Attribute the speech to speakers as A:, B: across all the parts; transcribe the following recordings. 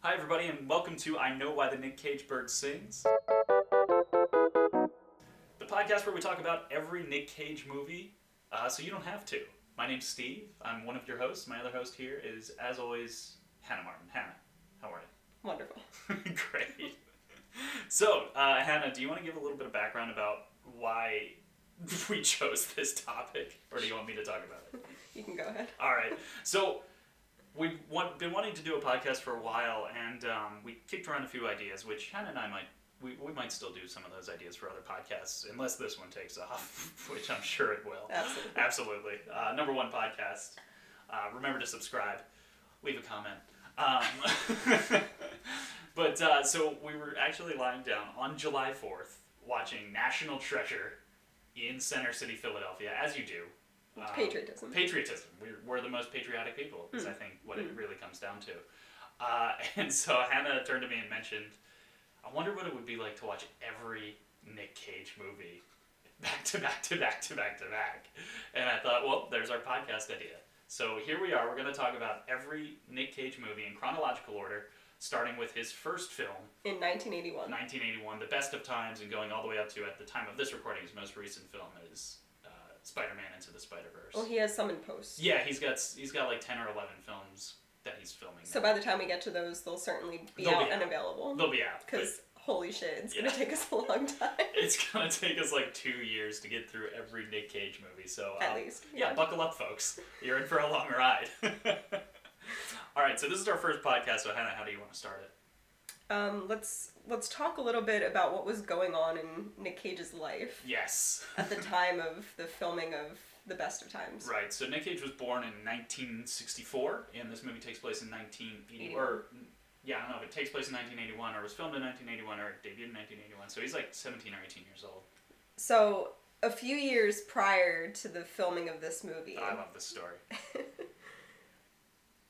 A: Hi, everybody, and welcome to I Know Why the Nick Cage Bird Sings, the podcast where we talk about every Nick Cage movie uh, so you don't have to. My name's Steve. I'm one of your hosts. My other host here is, as always, Hannah Martin. Hannah, how are
B: Wonderful.
A: you? Great. So, uh, Hannah, do you want to give a little bit of background about why we chose this topic, or do you want me to talk about it?
B: You can go ahead.
A: All right. So we've want, been wanting to do a podcast for a while, and um, we kicked around a few ideas, which Hannah and I might. We, we might still do some of those ideas for other podcasts, unless this one takes off, which I'm sure it will.
B: Absolutely.
A: Absolutely. Uh, number one podcast. Uh, remember to subscribe, leave a comment. Um, but uh, so we were actually lying down on July 4th watching National Treasure in Center City, Philadelphia, as you do. Um,
B: Patriotism.
A: Patriotism. We're, we're the most patriotic people, is I think what it really comes down to. Uh, and so Hannah turned to me and mentioned, I wonder what it would be like to watch every Nick Cage movie back to back to back to back to back. And I thought, well, there's our podcast idea. So here we are. We're going to talk about every Nick Cage movie in chronological order, starting with his first film,
B: In 1981.
A: 1981, the best of times, and going all the way up to at the time of this recording, his most recent film is uh, Spider-Man Into the Spider-Verse.
B: Well, Oh, he has some in post.
A: yeah, he's got s- he's got like 10 or 11 films that he's filming.
B: So by the time we get to those, they'll certainly be
A: They'll be
B: out
A: out.
B: and available.
A: They'll be out. but
B: Because holy shit, it's
A: Yeah.
B: gonna take us a long time.
A: It's gonna take us like two years to get through every Nick Cage movie, so um,
B: At least,
A: yeah,
B: yeah.
A: buckle up, folks. You're in for a long ride. All right, so this is our first podcast. So Hannah, how do you want to start it?
B: Um, let's let's talk a little bit about what was going on in Nick Cage's life
A: Yes.
B: at the time of the filming of The Best of Times.
A: Right. So Nick Cage was born in 1964, and this movie takes place in 1980 or yeah, I don't know if it takes place in 1981 or was filmed in 1981 or it debuted in 1981. So he's like 17 or 18 years old.
B: So a few years prior to the filming of this movie.
A: I love this story.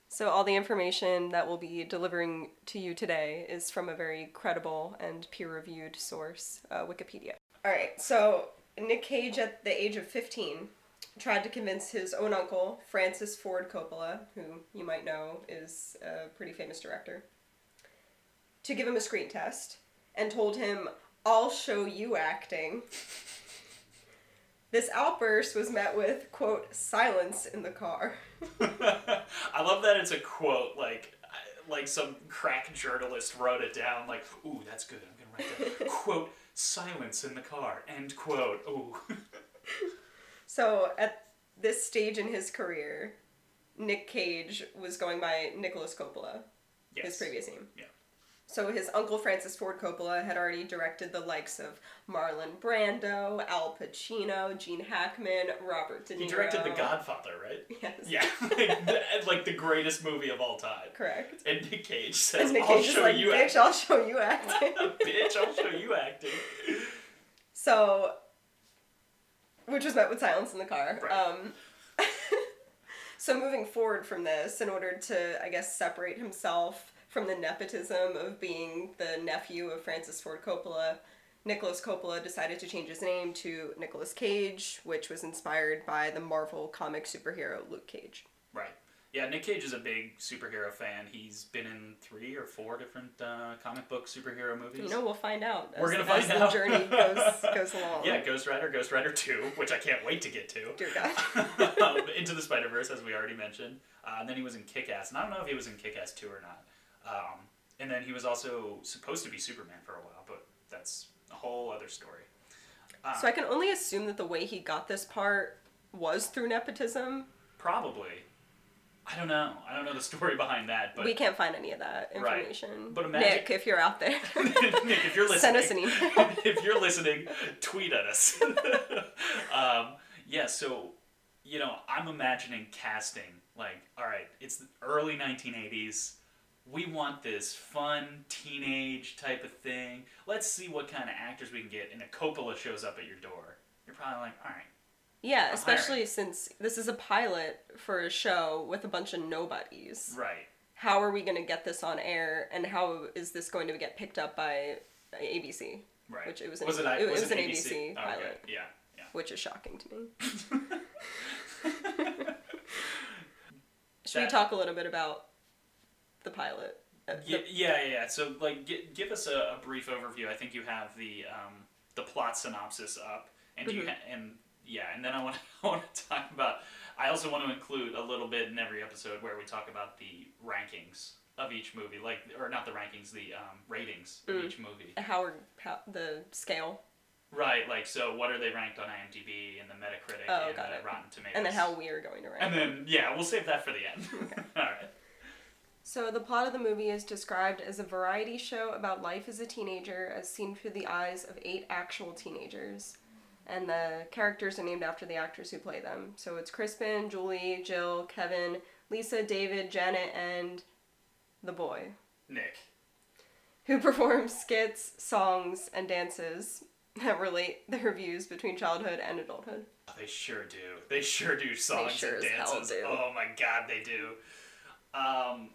B: So, all the information that we'll be delivering to you today is from a very credible and peer reviewed source, uh, Wikipedia. All right, so Nick Cage, at the age of 15, tried to convince his own uncle, Francis Ford Coppola, who you might know is a pretty famous director, to give him a screen test and told him, I'll show you acting. This outburst was met with, quote, silence in the car.
A: I love that it's a quote, like I- like some crack journalist wrote it down, like, ooh, that's good. I'm gonna write that. quote, silence in the car, end quote. Ooh.
B: So at this stage in his career, Nick Cage was going by Nicholas Coppola,
A: yes.
B: his previous name.
A: Yeah.
B: So his uncle Francis Ford Coppola had already directed the likes of Marlon Brando, Al Pacino, Gene Hackman, Robert De Niro.
A: He directed The Godfather, right?
B: Yes.
A: Yeah, like the, like the greatest movie of all time.
B: Correct.
A: And Nick Cage says,
B: And Nick
A: "I'll
B: Cage is
A: show
B: like,
A: you
B: bitch,
A: acting,
B: I'll show you acting.
A: bitch. I'll show you acting."
B: So, which was met with silence in the car.
A: Right.
B: Um, so moving forward from this, in order to, I guess, separate himself from the nepotism of being the nephew of Francis Ford Coppola, Nicholas Coppola decided to change his name to Nicholas Cage, which was inspired by the Marvel comic superhero Luke Cage.
A: Right. Yeah, Nick Cage is a big superhero fan. He's been in three or four different uh, comic book superhero movies.
B: You know, we'll find out. As,
A: We're gonna
B: as
A: find
B: the
A: out.
B: journey goes goes along.
A: Yeah, Ghost Rider, Ghost Rider Two, which I can't wait to get to.
B: Dear God.
A: um, Into the Spider Verse, as we already mentioned. Uh, and then he was in Kick Ass, and I don't know if he was in Kick Ass 2 or not. Um, and then he was also supposed to be Superman for a while, but that's a whole other story. Ah.
B: So I can only assume that the way he got this part was through nepotism,
A: Probably. I don't know. I don't know the story behind that, but
B: we can't find any of that
A: Right.
B: information.
A: But imagine-
B: Nick, if you're out there,
A: Nick, if you're listening,
B: send us an email.
A: if you're listening, tweet at us. um, yeah, so you know, I'm imagining casting like, all right, it's the early 1980s. We want this fun teenage type of thing. Let's see what kind of actors we can get. And a Coppola shows up at your door. You're probably like, all right,
B: Yeah, especially since this is a pilot for a show with a bunch of nobodies.
A: right,
B: How are we going to get this on air, and how is this going to get picked up by ABC?
A: right.
B: Which it was an-
A: was it, I-
B: it was an
A: ABC,
B: ABC
A: Oh, okay.
B: pilot.
A: Yeah, yeah.
B: Which is shocking to me. Should we
A: That-
B: talk a little bit about the pilot? uh,
A: Yeah,
B: the-
A: yeah, yeah, yeah. So, like, gi- give us a, a brief overview. I think you have the um, the plot synopsis up, and
B: Mm-hmm.
A: do you ha- and yeah, and then I want I want to talk about. I also want to include a little bit in every episode where we talk about the rankings of each movie, like or not the rankings, the um, ratings
B: Mm.
A: of each movie.
B: Howard how, the scale,
A: Right. Like, so what are they ranked on IMDb and the Metacritic
B: Oh,
A: and
B: got
A: the
B: it.
A: Rotten Tomatoes?
B: and then how we are going to rank.
A: And then yeah, we'll save that for the end. All right.
B: So, the plot of the movie is described as a variety show about life as a teenager as seen through the eyes of eight actual teenagers. And the characters are named after the actors who play them. So, it's Crispin, Julie, Jill, Kevin, Lisa, David, Janet, and the boy,
A: Nick.
B: who performs skits, songs, and dances that relate their views between childhood and adulthood.
A: Oh, they sure do. They sure do songs
B: sure
A: and
B: as hell
A: dances.
B: do.
A: Oh my god, they do. Um,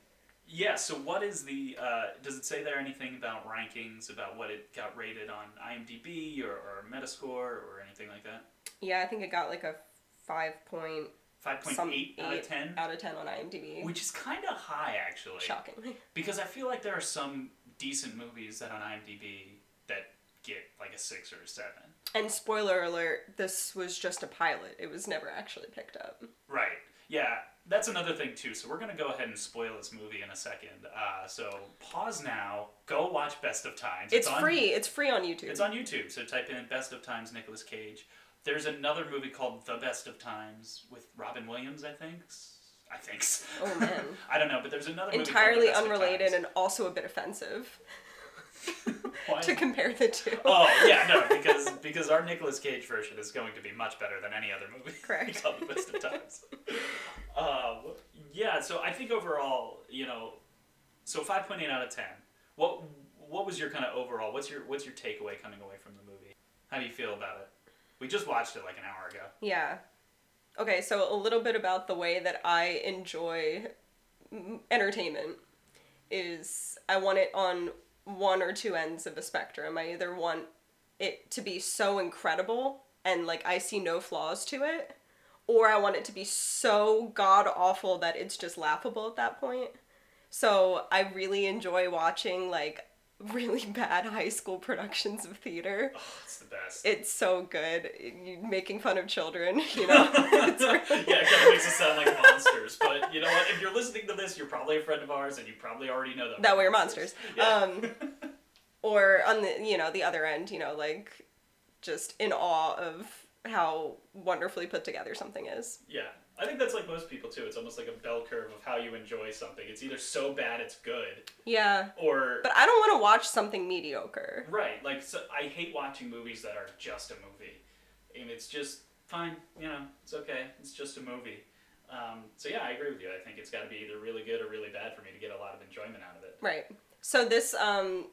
A: yeah. So what is the? Uh, does it say there anything about rankings about what it got rated on IMDb or, or Metascore or anything like that?
B: Yeah, I think it got like a 5.8
A: Five point eight out of ten,
B: out of 10 on IMDb.
A: which is kind of high actually.
B: Shockingly.
A: Because I feel like there are some decent movies that on IMDb that get like a six or a seven.
B: And spoiler alert, this was just a pilot. It was never actually picked up.
A: Right. Yeah, that's another thing too. So we're gonna go ahead and spoil this movie in a second. Uh, so pause now. Go watch Best of Times.
B: It's,
A: on,
B: free. It's free on YouTube.
A: It's on YouTube. So type in Best of Times Nicolas Cage. There's another movie called The Best of Times with Robin Williams. I think. I think.
B: Oh, man.
A: I don't know, but there's another movie called The
B: entirely
A: Best of
B: unrelated
A: Times.
B: and also a bit offensive
A: Why-
B: to compare the two.
A: Oh yeah, no, because because our Nicolas Cage version is going to be much better than any other movie.
B: Correct.
A: called the best of times. um, yeah, so I think overall, you know, so five point eight out of ten. What what was your kind of overall? What's your what's your takeaway coming away from the movie? How do you feel about it? We just watched it like an hour ago.
B: Yeah. Okay, so a little bit about the way that I enjoy m- entertainment is I want it on one or two ends of a spectrum. I either want it to be so incredible and like I see no flaws to it, or I want it to be so god awful that it's just laughable at that point. So I really enjoy watching like really bad high school productions of theater
A: Oh, it's the best.
B: it's so good you making fun of children you know It's really-
A: yeah, it kind of makes us sound like monsters. But you know what? If you're listening to this, you're probably a friend of ours, and you probably already know that.
B: that we're monsters
A: Yeah.
B: um or on the you know the other end you know like just in awe of how wonderfully put together something is
A: Yeah. I think that's like most people too. It's almost like a bell curve of how you enjoy something. It's either so bad it's good
B: yeah
A: or
B: but i don't want to watch something mediocre
A: right. Like so I hate watching movies that are just a movie. And it's just fine, you know, it's okay. It's just a movie. Um, so yeah, I agree with you. I think it's got to be either really good or really bad for me to get a lot of enjoyment out of it.
B: right so this um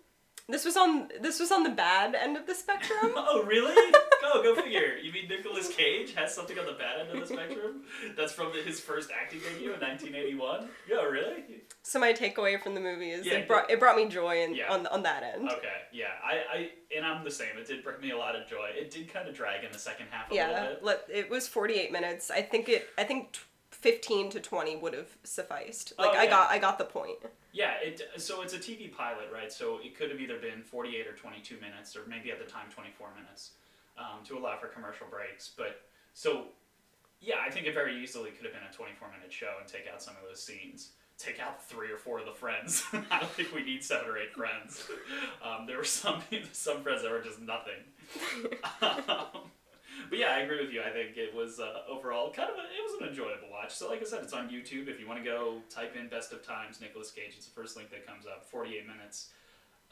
B: this was on this was on the bad end of the spectrum
A: Oh really? Go go figure. You mean Nicolas Cage has something on the bad end of the spectrum? That's from his first acting debut in 1981. Yeah, really?
B: so my takeaway from the movie is
A: Yeah.
B: it brought it brought me joy in,
A: Yeah.
B: on on that end
A: Okay, yeah, I, I, and I'm the same. It did bring me a lot of joy. It did kind of drag in the second half a
B: yeah
A: little bit.
B: let, it was 48 minutes i think it i think t- 15 to 20 would have sufficed like
A: Oh,
B: i
A: yeah.
B: got i got the point
A: Yeah, it. So it's a TV pilot, right? So it could have either been 48 or 22 minutes, or maybe at the time 24 minutes, um, to allow for commercial breaks. But so, yeah, I think it very easily could have been a 24 minute show and take out some of those scenes. Take out three or four of the friends. I don't think we need seven or eight friends. Um, there were some some friends that were just nothing. Um, but yeah, I agree with you. I think it was uh, overall kind of a, it was an enjoyable watch. So like I said, it's on YouTube. If you want to go type in "Best of Times" Nicolas Cage, it's the first link that comes up. Forty-eight minutes.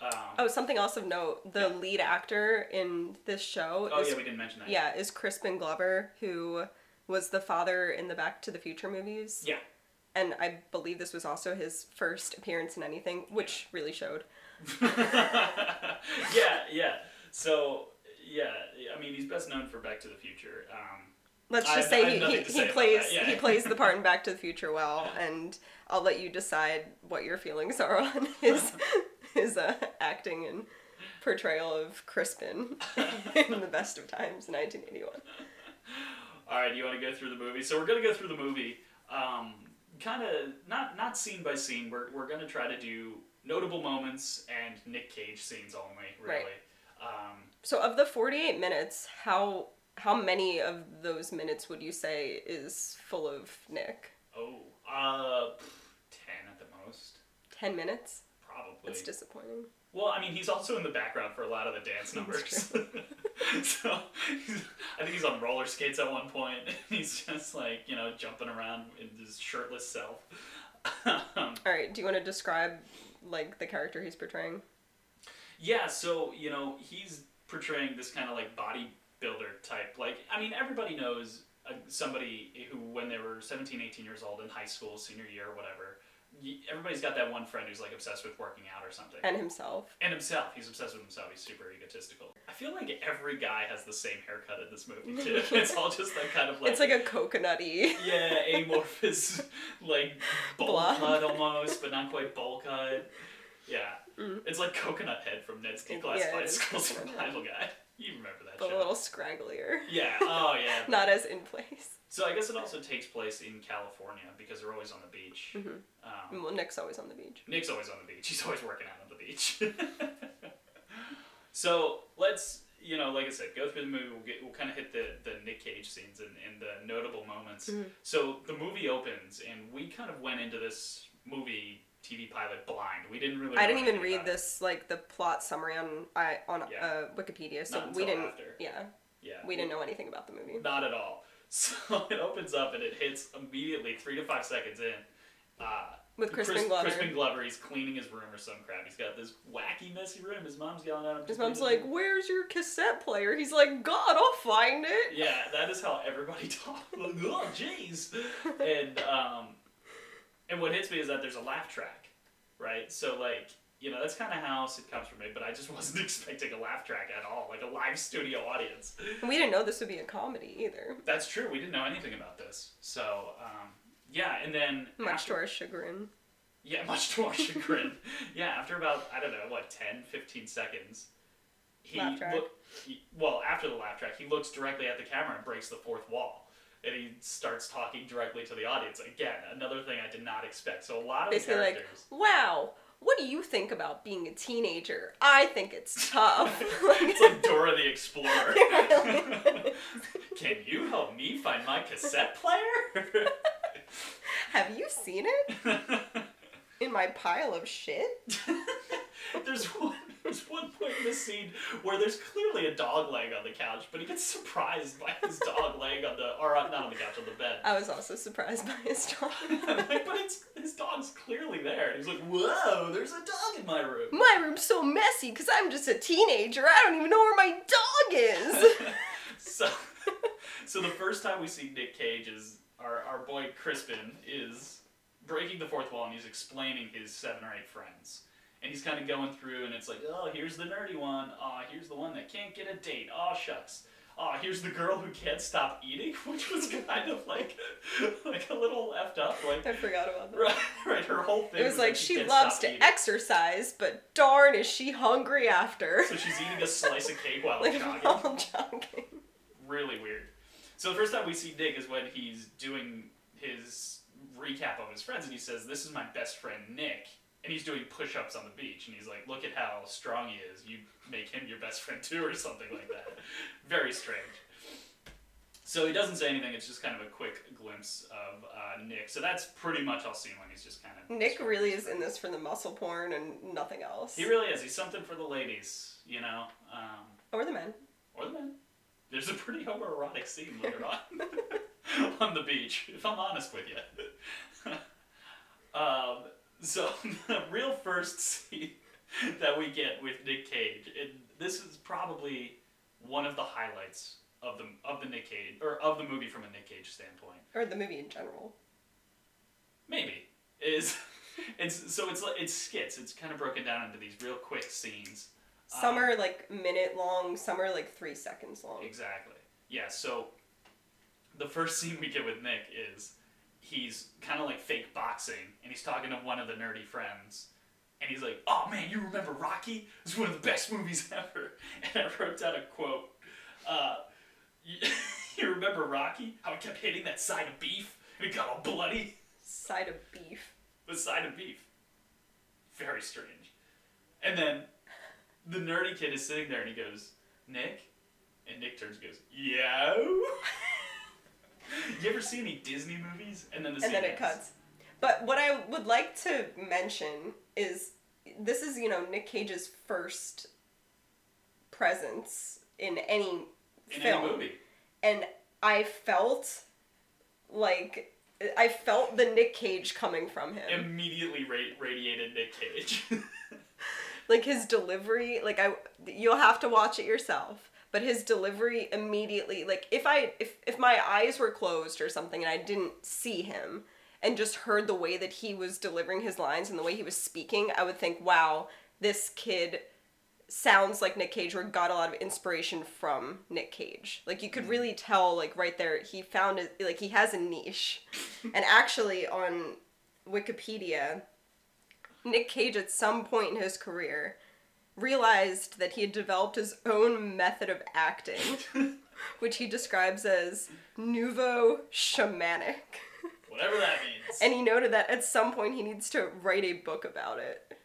A: Um,
B: oh something else of note the lead actor in this show
A: oh
B: is
A: yeah, we didn't mention that.
B: yeah is crispin glover who was the father in the back to the future movies
A: Yeah.
B: and i believe this was also his first appearance in anything which really showed
A: yeah, yeah. So yeah, I mean he's best known for Back to the Future. Um,
B: let's
A: I
B: just
A: have- I
B: say
A: have
B: he,
A: nothing
B: he,
A: to
B: he
A: say about
B: plays
A: that, yeah.
B: he plays the part in back to the future well and i'll let you decide what your feelings are on his his uh, acting and portrayal of crispin in the best of times 1981
A: All right, you want to go through the movie? So we're gonna go through the movie, um, kind of not not scene by scene. We're we're gonna try to do notable moments and Nick Cage scenes only, really. Um,
B: So of the 48 minutes, how how many of those minutes would you say is full of Nick?
A: oh, uh, pff, 10 at the most,
B: 10 minutes?
A: probably.
B: That's disappointing.
A: Well, I mean, he's also in the background for a lot of the dance numbers. so he's- I think he's on roller skates at one point. He's just like you know jumping around in his shirtless self. um,
B: All right, do you want to describe like the character he's portraying?
A: yeah, so you know he's portraying this kind of like bodybuilder type. Like I mean, everybody knows uh, somebody who when they were 17, 18 years old in high school, senior year, whatever. y- Everybody's got that one friend who's like obsessed with working out or something.
B: And himself.
A: And himself. He's obsessed with himself. He's super egotistical. I feel like every guy has the same haircut in this movie too. It's all just like kind of like
B: It's like a coconutty.
A: yeah, amorphous like bowl
B: Blonde.
A: cut almost, but not quite bowl cut. Yeah.
B: Mm.
A: It's like coconut head from Ned's
B: Yeah, it
A: Declassified
B: is
A: School's
B: Coconut Head.
A: Survival Guide. You remember that
B: but a
A: show.
B: little scragglier.
A: Yeah, oh yeah.
B: Not as in place.
A: So I guess it also takes place in California because they're always on the beach.
B: Mhm.
A: Um,
B: Well, Nick's always on the beach.
A: Nick's always on the beach. He's always working out on the beach. so let's, you know, like I said, go through the movie. We'll get, we'll kind of hit the, the Nick Cage scenes and, and the notable moments.
B: Mhm.
A: So the movie opens, and we kind of went into this movie TV pilot blind. We didn't really.
B: I
A: know
B: didn't even
A: anything
B: read
A: about it.
B: this like the plot summary on I on
A: Yeah.
B: uh, Wikipedia, so
A: Not
B: we
A: until
B: didn't.
A: after.
B: Yeah,
A: Yeah.
B: we didn't know anything about the movie.
A: Not at all. So it opens up and it hits immediately three to five seconds in. Uh,
B: With
A: Chris-
B: Crispin Glover,
A: Crispin Glover, he's cleaning his room or some crap. He's got this wacky, messy room. His mom's yelling at him.
B: his
A: "Just leave
B: mom's
A: the
B: like, "Where's your cassette player?" He's like, "God, I'll find it."
A: Yeah, that is how everybody talks. Like, oh, jeez. And um, and what hits me is that there's a laugh track, right? So like, you know, that's kind of how it comes for me. But I just wasn't expecting a laugh track at all, like a live studio audience.
B: And we didn't know this would be a comedy either,
A: That's true. We didn't know anything about this. So um, yeah, and then
B: much
A: after-
B: to our chagrin.
A: Yeah, much to our chagrin. yeah, after about, I don't know, what, 10, 15 seconds, he,
B: Laugh track.
A: look- he- well, after the laugh track, he looks directly at the camera and breaks the fourth wall. And he starts talking directly to the audience. Again, another thing I did not expect. So a lot of the
B: Basically, like,
A: characters.
B: "Wow, what do you think about being a teenager? I think it's tough."
A: it's like Dora the Explorer.
B: Really?
A: Can you help me find my cassette player?
B: Have you seen it in my pile of shit?
A: there's one there's one point in the scene where there's clearly a dog leg on the couch, but he gets surprised by his dog leg on the or uh, not on the couch on the bed.
B: I was also surprised by his job.
A: I'm like, but it's his dog's clearly there. And he's like, whoa, there's a dog in my room.
B: My room's so messy because I'm just a teenager. I don't even know where my dog is.
A: So so the first time we see Nick Cage is our our boy Crispin is breaking the fourth wall and he's explaining his seven or eight friends. And he's kind of going through, and it's like, oh, here's the nerdy one. Oh, here's the one that can't get a date. Oh, shucks. Oh, here's the girl who can't stop eating, which was kind of like, like a little effed up. Like,
B: I forgot about that.
A: right, right. Her whole thing.
B: It was like
A: that
B: she
A: can't
B: loves
A: stop
B: to
A: eating.
B: exercise, but darn is she hungry after.
A: So she's eating a slice of cake while
B: Like
A: jogging.
B: while jogging.
A: really weird. So the first time we see Nick is when he's doing his recap of his friends, and he says, "This is my best friend Nick," and he's doing push-ups on the beach, and he's like, "Look at how strong he is. You make him your best friend too, or something like that." Very strange. So he doesn't say anything. It's just kind of a quick glimpse of uh, Nick. So that's pretty much all seen when he's just kind of
B: Nick really is in this for the muscle porn and nothing else.
A: He really is. He's something for the ladies, you know, um,
B: or the men.
A: or the men. There's a pretty homoerotic scene later on on the beach, if I'm honest with you. um, so the real first scene that we get with Nick Cage, and this is probably one of the highlights of the of the Nick Cage or of the movie from a Nick Cage standpoint.
B: Or the movie in general.
A: Maybe is it's so it's like- it's skits. It's kind of broken down into these real quick scenes.
B: Some are like minute long, some are like three seconds long.
A: Exactly. Yeah, so the first scene we get with Nick is he's kind of like fake boxing and he's talking to one of the nerdy friends and he's like, "Oh man, you remember Rocky? It's one of the best movies ever." And I wrote down a quote. Uh, you, you remember Rocky? How he kept hitting that side of beef and it got all bloody.
B: Side of beef.
A: The side of beef. very strange. And then the nerdy kid is sitting there and he goes, Nick? And Nick turns and goes, Yo? you ever see any Disney movies? And then the
B: and then
A: scene
B: it cuts. But what I would like to mention is this is, you know, Nick Cage's first presence in any
A: In
B: film.
A: any movie.
B: And I felt like I felt the Nick Cage coming from him.
A: Immediately ra- radiated Nick Cage.
B: like his delivery, like I you'll have to watch it yourself. But his delivery immediately, like if I if if my eyes were closed or something and I didn't see him and just heard the way that he was delivering his lines and the way he was speaking, I would think, "Wow, this kid sounds like Nick Cage or got a lot of inspiration from Nick Cage. Like you could really tell like right there he found it like he has a niche. and actually on Wikipedia Nick Cage at some point in his career realized that he had developed his own method of acting which he describes as nouveau shamanic.
A: Whatever that means.
B: And he noted that at some point he needs to write a book about it.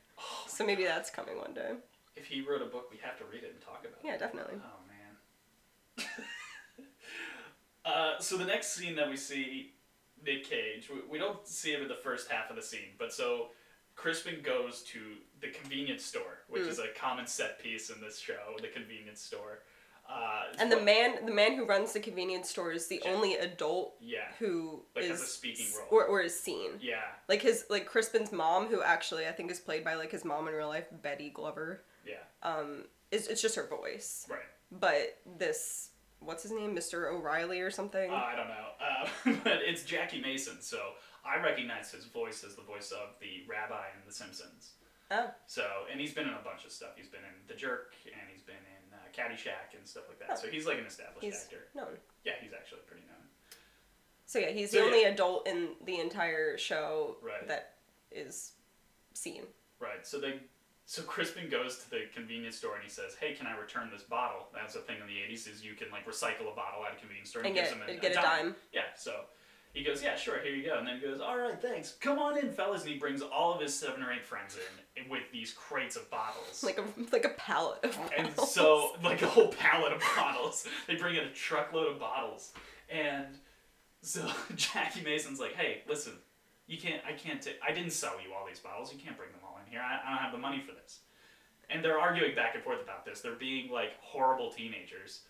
B: So maybe that's coming one day.
A: if he wrote a book, we have to read it and talk about
B: Yeah,
A: it.
B: definitely.
A: Oh man. uh, so the next scene that we see Nick Cage, we, we don't see him in the first half of the scene, but so Crispin goes to the convenience store, which
B: Hmm.
A: is a common set piece in this show. The convenience store. Uh, it's
B: And the
A: what-
B: man, the man who runs the convenience store is the
A: Yeah.
B: only adult
A: yeah,
B: who
A: Like,
B: is
A: has a speaking
B: s-
A: role.
B: or, or is seen.
A: yeah,
B: Like his like Crispin's mom, who actually I think is played by like his mom in real life, Betty Glover.
A: yeah,
B: Um, is it's just her voice.
A: right.
B: But this what's his name, Mr. O'Reilly or something.
A: Uh, I don't know, uh, but it's Jackie Mason, so I recognize his voice as the voice of the rabbi in The Simpsons.
B: oh,
A: So, and he's been in a bunch of stuff. He's been in The Jerk, and he's been in uh, Caddyshack and stuff like that. So he's like an established
B: Oh. he's
A: actor.
B: known.
A: Yeah, he's actually pretty known.
B: So yeah, he's
A: So,
B: the only
A: yeah.
B: adult in the entire show
A: Right.
B: that is seen.
A: Right. So they, so Crispin goes to the convenience store and he says, "Hey, can I return this bottle?" That's a thing in the '80s is you can like recycle a bottle at a convenience store and,
B: And
A: gives
B: get-
A: him a,
B: and get a dime.
A: Yeah. So. He goes, yeah, sure, here you go. And then he goes, all right, thanks. Come on in, fellas. And he brings all of his seven or eight friends in with these crates of bottles.
B: Like a like a palette of
A: And
B: bottles.
A: so, like a whole pallet of bottles. They bring in a truckload of bottles. And so Jackie Mason's like, hey, listen, you can't, I can't, ta- I didn't sell you all these bottles. You can't bring them all in here. I, I don't have the money for this. And they're arguing back and forth about this. They're being like horrible teenagers.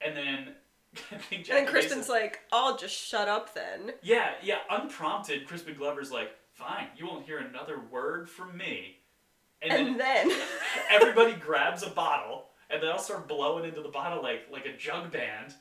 A: And then I think Jackie
B: And then Kristen's
A: Mason-
B: like, I'll just shut up then.
A: yeah, yeah, unprompted, Crispin Glover's like, fine, you won't hear another word from me. And then
B: And then
A: everybody grabs a bottle and they all start blowing into the bottle like like a jug band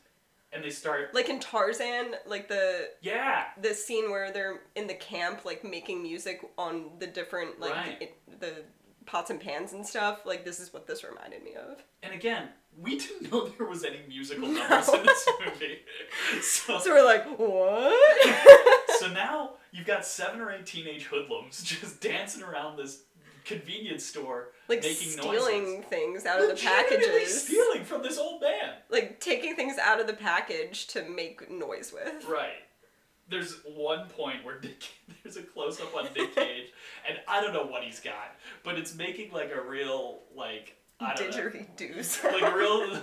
A: and they start
B: like in Tarzan, like the
A: yeah
B: the scene where they're in the camp like making music on the different like
A: Right.
B: it- the pots and pans and stuff, like this is what this reminded me of.
A: and again we didn't know there was any musical numbers in this movie so
B: So we're like, what?
A: so now you've got seven or eight teenage hoodlums just dancing around this convenience store
B: like
A: making
B: stealing
A: noises
B: things out of the
A: Legitimately
B: packages.
A: stealing from this old man
B: Like taking things out of the package to make noise with.
A: Right. There's one point where Nick, there's a close up on Nick Cage, and I don't know what he's got, but it's making like a real like I don't know,
B: Didgeridoos.
A: like real.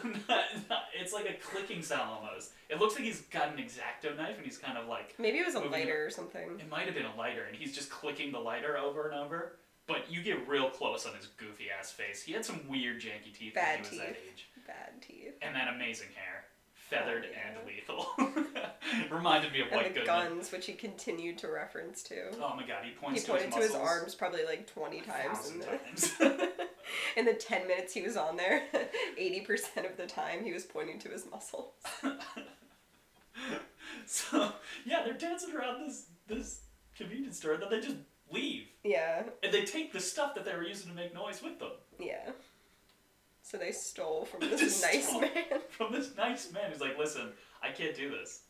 A: it's like a clicking sound almost. It looks like he's got an exacto knife, and he's kind of like
B: Maybe it was a
A: Moving-
B: lighter or something.
A: it might have been a lighter, and he's just clicking the lighter over and over. But you get real close on his goofy ass face. He had some weird janky teeth when
B: Bad
A: he was that
B: teeth.
A: age,
B: Bad teeth.
A: and that amazing hair, feathered
B: Oh, yeah.
A: and lethal. Reminded me of
B: and
A: White
B: the
A: Goodman.
B: guns, which he continued to reference to.
A: Oh my god, he
B: he
A: points
B: pointed to
A: his
B: his
A: muscles
B: arms probably like 20
A: a
B: times
A: thousand
B: in the,
A: times.
B: in the 10 minutes he was on there. 80% of the time he was pointing to his muscles.
A: so yeah, they're dancing around this this convenience store, and then they just leave,
B: Yeah,
A: and they take the stuff that they were using to make noise with them
B: yeah. So they stole from
A: They
B: this nice
A: stole.
B: man.
A: from this nice man who's like, "Listen, I can't do this."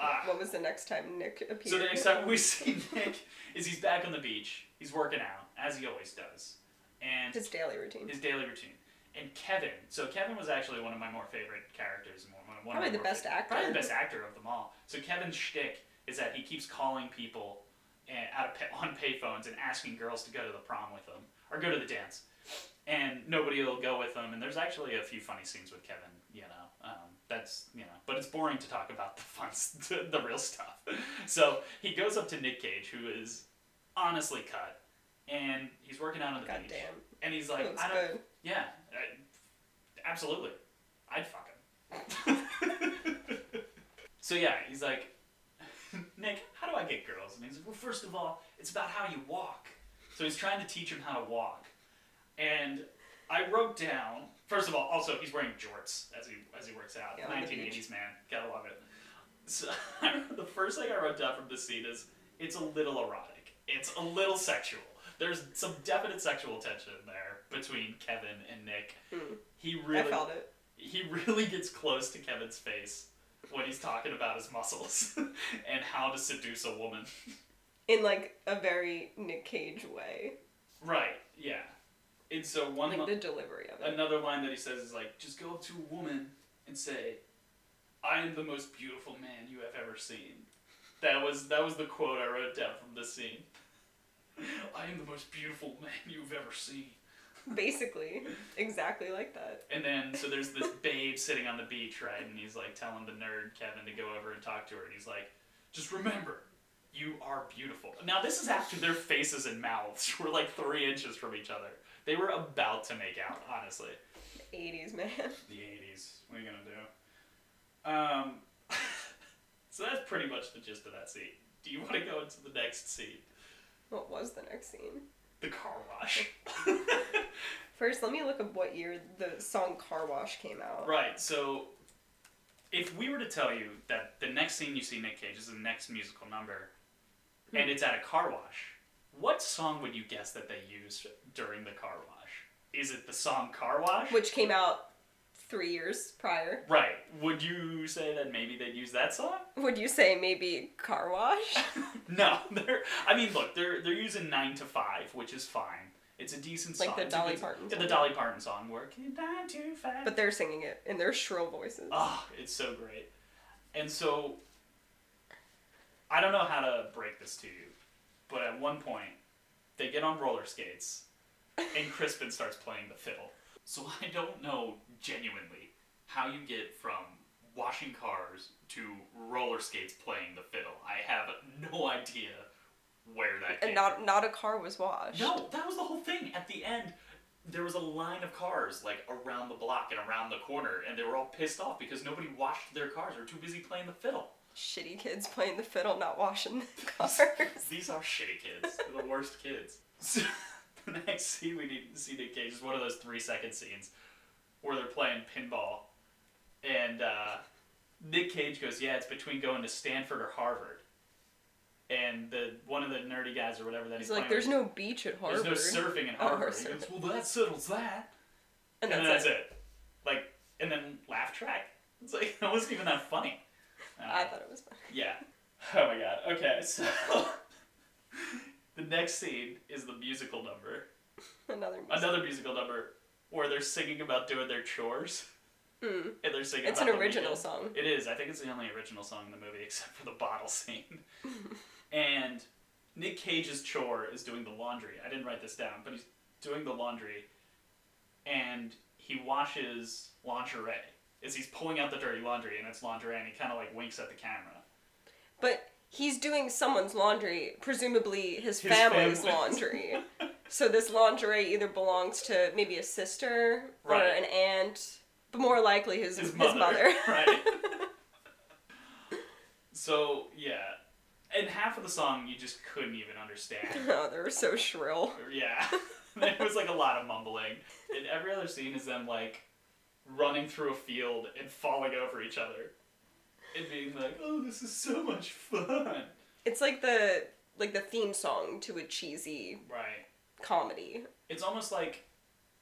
A: Ah.
B: What was the next time Nick appeared?
A: So the next time we see Nick is he's back on the beach. He's working out as he always does, and
B: His daily routine.
A: his daily routine. And Kevin, so Kevin was actually one of my more favorite characters, and one of one of
B: Probably
A: my
B: the
A: more
B: best
A: favorite-
B: actor.
A: probably the best actor of them all. So Kevin's shtick is that he keeps calling people and out of pay, on payphones and asking girls to go to the prom with them or go to the dance, and nobody will go with them. And there's actually a few funny scenes with Kevin. You know, um, that's you know, but it's boring to talk about the fun, s- the real stuff. So he goes up to Nick Cage, who is honestly cut, and he's working out on the
B: God
A: beach,
B: damn.
A: and he's
B: It
A: like,
B: looks
A: I don't,
B: good.
A: yeah, I, absolutely. I'd fuck him. so yeah, he's like, Nick, how do I get girls? And he's like, well, first of all, it's about how you walk. So he's trying to teach him how to walk, and I wrote down. First of all, also he's wearing jorts as he as he works out.
B: Yeah, on the beach.
A: 1980s man, gotta love it. So the first thing I wrote down from this scene is it's a little erotic. It's a little sexual. There's some definite sexual tension there between Kevin and Nick.
B: Mm.
A: He really
B: I felt it.
A: he really gets close to Kevin's face when he's talking about his muscles and how to seduce a woman.
B: In like a very Nick Cage way.
A: Right. Yeah. And so one
B: Like
A: mo-
B: the delivery of it.
A: another line that he says is like, just go up to a woman and say, "I am the most beautiful man you have ever seen." That was that was the quote I wrote down from this scene. I am the most beautiful man you've ever seen.
B: Basically. Exactly like that.
A: And then so there's this babe sitting on the beach, right? And he's like telling the nerd Kevin to go over and talk to her, and he's like, "Just remember." You are beautiful. Now this is after their faces and mouths were like three inches from each other. They were about to make out, honestly.
B: 80s, man.
A: the 80s. What are you going to do? Um, so that's pretty much the gist of that scene. Do you want to go into the next scene?
B: What was the next scene?
A: The car wash.
B: First, let me look up what year the song Car Wash came out.
A: right, so if we were to tell you that the next scene you see Nick Cage is the next musical number and it's at a car wash, what song would you guess that they used during the car wash? Is it the song Car Wash?
B: Which came out three years prior.
A: Right. Would you say that maybe they'd use that song?
B: Would you say maybe Car Wash?
A: No, they're. I mean, look, they're they're using nine to five, which is fine. It's a decent
B: Like
A: song.
B: the
A: It's a
B: Dolly
A: good-
B: Parton
A: Yeah, the
B: song.
A: Dolly Parton song. Working nine to five.
B: but they're singing it in their shrill voices.
A: Ah, it's so great. And so, I don't know how to break this to you, but at one point, they get on roller skates, and Crispin starts playing the fiddle. So I don't know genuinely how you get from washing cars to roller skates playing the fiddle. I have no idea where that came
B: and not not a car was washed.
A: no, that was the whole thing. At the end, there was a line of cars like around the block and around the corner, and they were all pissed off because nobody washed their cars. They're too busy playing the fiddle.
B: Shitty kids playing the fiddle, not washing the cars.
A: These are shitty kids. They're the worst kids. So, the next scene we need to see Nick Cage is one of those three second scenes where they're playing pinball, and uh, Nick Cage goes, "Yeah, it's between going to Stanford or Harvard." And the one of the nerdy guys or whatever that
B: He's
A: he's,
B: like,
A: playing with-
B: there's no beach at Harvard.
A: There's no surfing in
B: Oh,
A: Harvard.
B: or
A: He goes, well, that settles that.
B: and
A: And,
B: that's,
A: then that's
B: it.
A: it. Like, and then laugh track. It's like, that wasn't even that funny. Uh,
B: I thought it was fun.
A: yeah. Oh my god. Okay, so the next scene is the musical number.
B: Another music.
A: Another musical number where they're singing about doing their chores.
B: Mm.
A: And they're singing
B: It's an
A: about the
B: original
A: weekend.
B: song.
A: It is. I think it's the only original song in the movie except for the bottle scene. and Nick Cage's chore is doing the laundry. I didn't write this down, but he's doing the laundry and he washes lingerie. Is he's pulling out the dirty laundry and it's lingerie and he kind of like winks at the camera.
B: But he's doing someone's laundry, presumably his,
A: His
B: family's
A: family's.
B: laundry. so this lingerie either belongs to maybe a sister or
A: Right.
B: an aunt, but more likely his, his mother.
A: right. so, yeah. And half of the song you just couldn't even understand.
B: oh, they were so shrill.
A: Yeah. there was like a lot of mumbling. And every other scene is them like running through a field and falling over each other. And being like, Oh, this is so much fun.
B: It's like the like the theme song to a cheesy
A: Right.
B: comedy.
A: It's almost like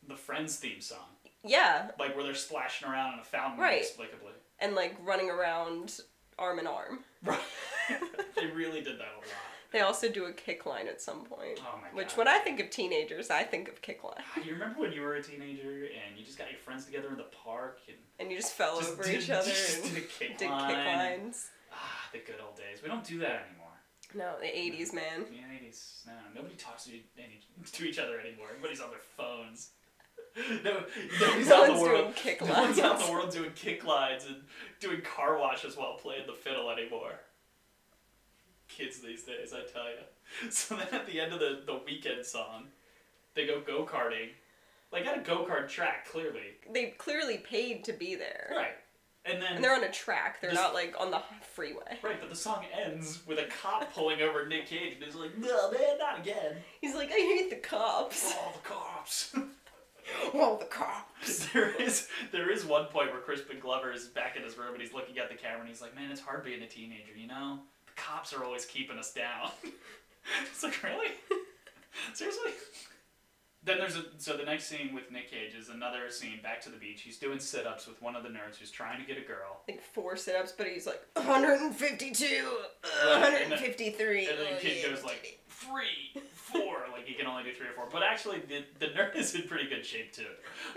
A: the Friends theme song.
B: Yeah,
A: Like where they're splashing around in a fountain
B: Right.
A: inexplicably.
B: and like running around arm in arm.
A: Right. they really did that a lot.
B: They also do a kick line at some point.
A: Oh my
B: Which
A: God.
B: when I think of teenagers, I think of kick line.
A: You remember when you were a teenager and you just got your friends together in the park and
B: And you just fell
A: just
B: over
A: did,
B: each other
A: just
B: and
A: did a kick
B: did kick
A: line.
B: lines.
A: Ah, the good old days. We don't do that anymore.
B: No, the 80s, man.
A: The 80s, no, nobody talks to, any, to each other anymore. Everybody's on their phones. No, nobody's
B: No
A: out in
B: one's
A: the world.
B: doing kick
A: no one's out in
B: lines.
A: the world doing kick lines and doing car washes while playing the fiddle anymore. Kids these days, I tell you. So then at the end of the, the weekend song, they go go karting. Like at a go kart track, clearly.
B: They clearly paid to be there.
A: Right. And then
B: And they're on a track, they're
A: Just-
B: not like on the freeway.
A: Right, but the song ends with a cop pulling over Nick Cage and he's like, No man, not again.
B: He's like, I hate the cops.
A: All the cops.
B: Oh, the cops.
A: there is there is one point where Crispin Glover is back in his room and he's looking at the camera and he's like, Man, it's hard being a teenager, you know? The cops are always keeping us down. it's like, really? Seriously? Then there's a so the next scene with Nick Cage is another scene back to the beach. He's doing sit ups with one of the nerds who's trying to get a girl.
B: Like four sit ups, but he's like, 152, uh,
A: And
B: 153.
A: then
B: oh,
A: the kid
B: yeah,
A: goes
B: did it."
A: like three, four. like he can only do three or four. But actually, the the nerd is in pretty good shape too.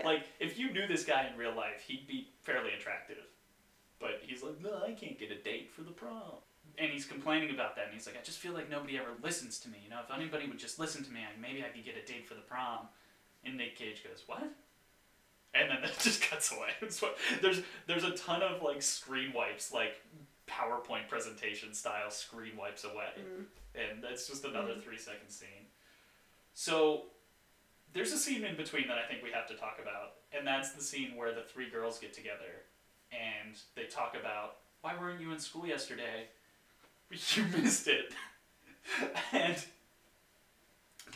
A: Like if you knew this guy in real life, he'd be fairly attractive. But he's like, no, I can't get a date for the prom. And he's complaining about that, and he's like, I just feel like nobody ever listens to me. You know, if anybody would just listen to me, I, maybe I could get a date for the prom. And Nick Cage goes, what? And then that just cuts away. So there's there's a ton of like screen wipes, like PowerPoint presentation style screen wipes away, and that's just another
B: Mm-hmm.
A: three second scene. So there's a scene in between that I think we have to talk about, and that's the scene where the three girls get together and they talk about why weren't you in school yesterday? You missed it, and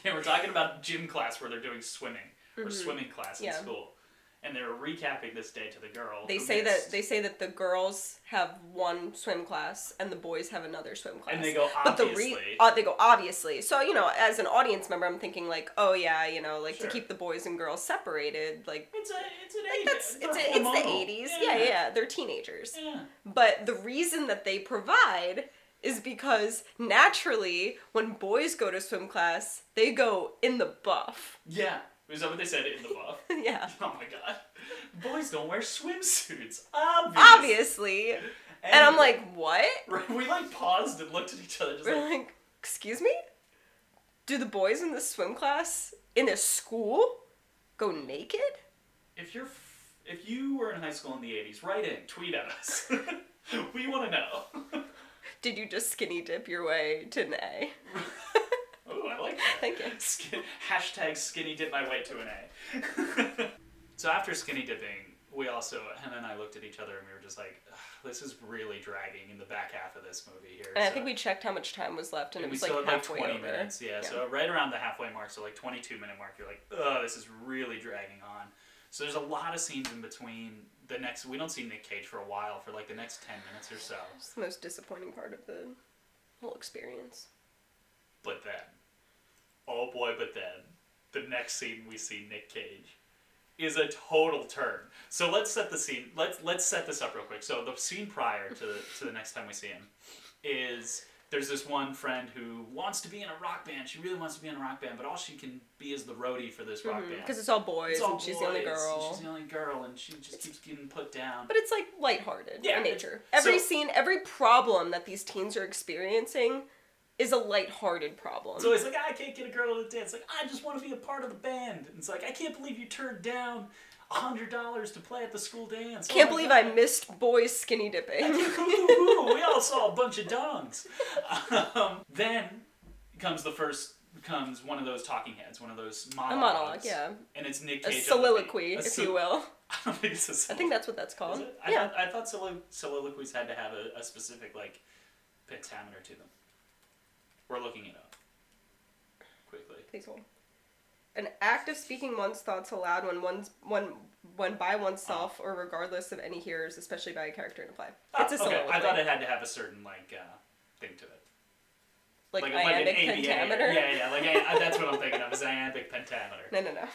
A: they were talking about gym class where they're doing swimming or swimming class in
B: Mm-hmm. Yeah.
A: school, and they were recapping this day to the girl.
B: They
A: who
B: say that
A: missed.
B: they say that the girls have one swim class and the boys have another swim class.
A: they go,
B: But the
A: "Obviously."
B: uh, they go obviously. So you know, as an audience member, I'm thinking like, oh yeah, you know, like
A: Sure.
B: to keep the boys and girls separated. Like
A: It's a it's an eighty.
B: that's
A: they're
B: it's a, it's the
A: hormonal.
B: 80s. Yeah. yeah, they're teenagers.
A: yeah.
B: But the reason that they provide is because naturally, when boys go to swim class, they go in the buff.
A: Yeah. Is that what they said in the buff?
B: yeah,
A: oh my god. Boys don't wear swimsuits. Obvious.
B: obviously. And I'm like, what?
A: like, we like paused and looked at each other, just
B: We're
A: like,
B: like, excuse me? Do the boys in the swim class in this school go naked?
A: if you're, f- if you were in high school in the '80s, write in, tweet at us. we want to know.
B: Did you just skinny dip your way to an A?
A: oh, I like that.
B: Thank you.
A: Skin- hashtag skinny dip my way to an A. so after skinny dipping, we also Hannah and I looked at each other and we were just like, "Ugh, this is really dragging in the back half of this movie here.
B: And I
A: So-
B: think we checked how much time was left, and it
A: we
B: was
A: still
B: like
A: had like
B: halfway
A: 20
B: over.
A: minutes. Yeah, so right around the halfway mark, so like 22 minute mark, you're like, oh, this is really dragging on. So there's a lot of scenes in between the next. We don't see Nick Cage for a while, for like the next 10 minutes or so.
B: It's the most disappointing part of the whole experience.
A: But then, oh boy, but then, the next scene we see Nick Cage is a total turn. So let's set the scene. Let's let's set this up real quick. So the scene prior to the, to the next time we see him is there's this one friend who wants to be in a rock band. She really wants to be in a rock band, but all she can be is the roadie for this rock band.
B: Because Mm-hmm. Mm, it's all boys,
A: It's all
B: and she's the only
A: boys, and
B: girl.
A: She's the only girl, and she just keeps getting put down.
B: But it's like lighthearted
A: Yeah,
B: in nature.
A: it's-
B: Every
A: so-
B: scene, every problem that these teens are experiencing is a lighthearted problem.
A: So it's like, I can't get a girl to dance. Like, I just want to be a part of the band. And it's like, I can't believe you turned down a hundred dollars to play at the school dance. Oh
B: Can't believe I missed boys skinny dipping.
A: Ooh, we all saw a bunch of dongs. Um, then comes the first comes one of those talking heads, one of those monologues.
B: monologue, yeah.
A: And it's Nick
B: A
A: Cage. on the
B: soliloquy,
A: beat. A
B: if
A: so-
B: you will.
A: I don't think it's a
B: I think that's what that's called.
A: soliloquy. I
B: yeah.
A: thought, I thought solo- soliloquies had to have a, a specific like pentameter to them. We're looking it up quickly.
B: Please hold. An act of speaking one's thoughts aloud when one's when when by oneself or regardless of any hearers, especially by a character in a play.
A: Ah,
B: it's a
A: okay.
B: soliloquy.
A: I thought it had to have a certain like uh, thing to it,
B: like,
A: like
B: iambic
A: like an ABA.
B: pentameter.
A: Yeah, yeah. Like I, that's what I'm thinking of is iambic pentameter.
B: No, no, no.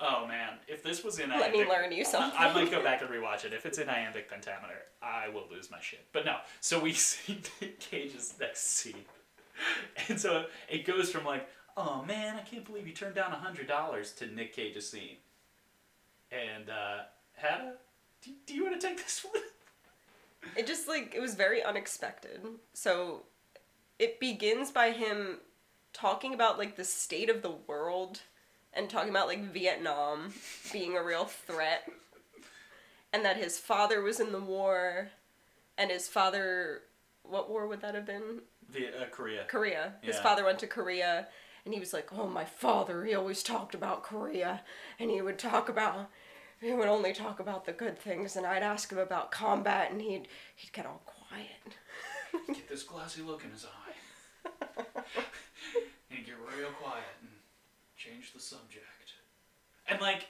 A: Oh man, if this was in
B: Let me
A: iambic,
B: learn you something.
A: I, I might go back and rewatch it. If it's in iambic pentameter, I will lose my shit. But no, so we see Nick Cage's next scene, and so it goes from like, oh man, I can't believe you turned down a hundred dollars to Nick Cage's scene, and uh, Hannah, do, do you want to take this one?
B: It just like it was very unexpected. So it begins by him talking about like the state of the world and talking about like Vietnam being a real threat and that his father was in the war and his father what war would that have been?
A: The, uh, Korea.
B: Korea. His
A: Yeah.
B: father went to Korea and he was like, "Oh, my father, he always talked about Korea and he would talk about he would only talk about the good things and I'd ask him about combat and he'd he'd get all quiet."
A: Get this glassy look in his eye. and get real quiet and change the subject. And like,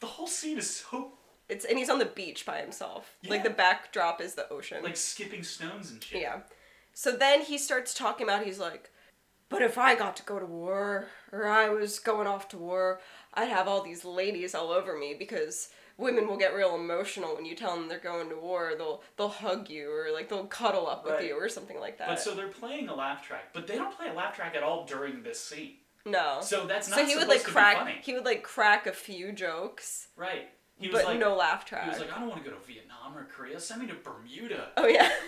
A: the whole scene is so
B: It's and he's on the beach by himself. Like
A: Yeah.
B: the backdrop is the ocean.
A: like skipping stones and shit.
B: yeah. So then he starts talking about he's like, but if I got to go to war or I was going off to war, I'd have all these ladies all over me because women will get real emotional when you tell them they're going to war. They'll they'll hug you or like they'll cuddle up with
A: Right.
B: you or something like that.
A: But so they're playing a laugh track, but they don't play a laugh track at all during this scene.
B: no.
A: So that's not
B: So he would
A: supposed
B: like
A: to be
B: crack
A: funny.
B: he would like crack a few jokes,
A: right. He was
B: but
A: like
B: no laugh track.
A: he was like, I don't want to go to Vietnam or Korea. Send me to Bermuda.
B: oh yeah.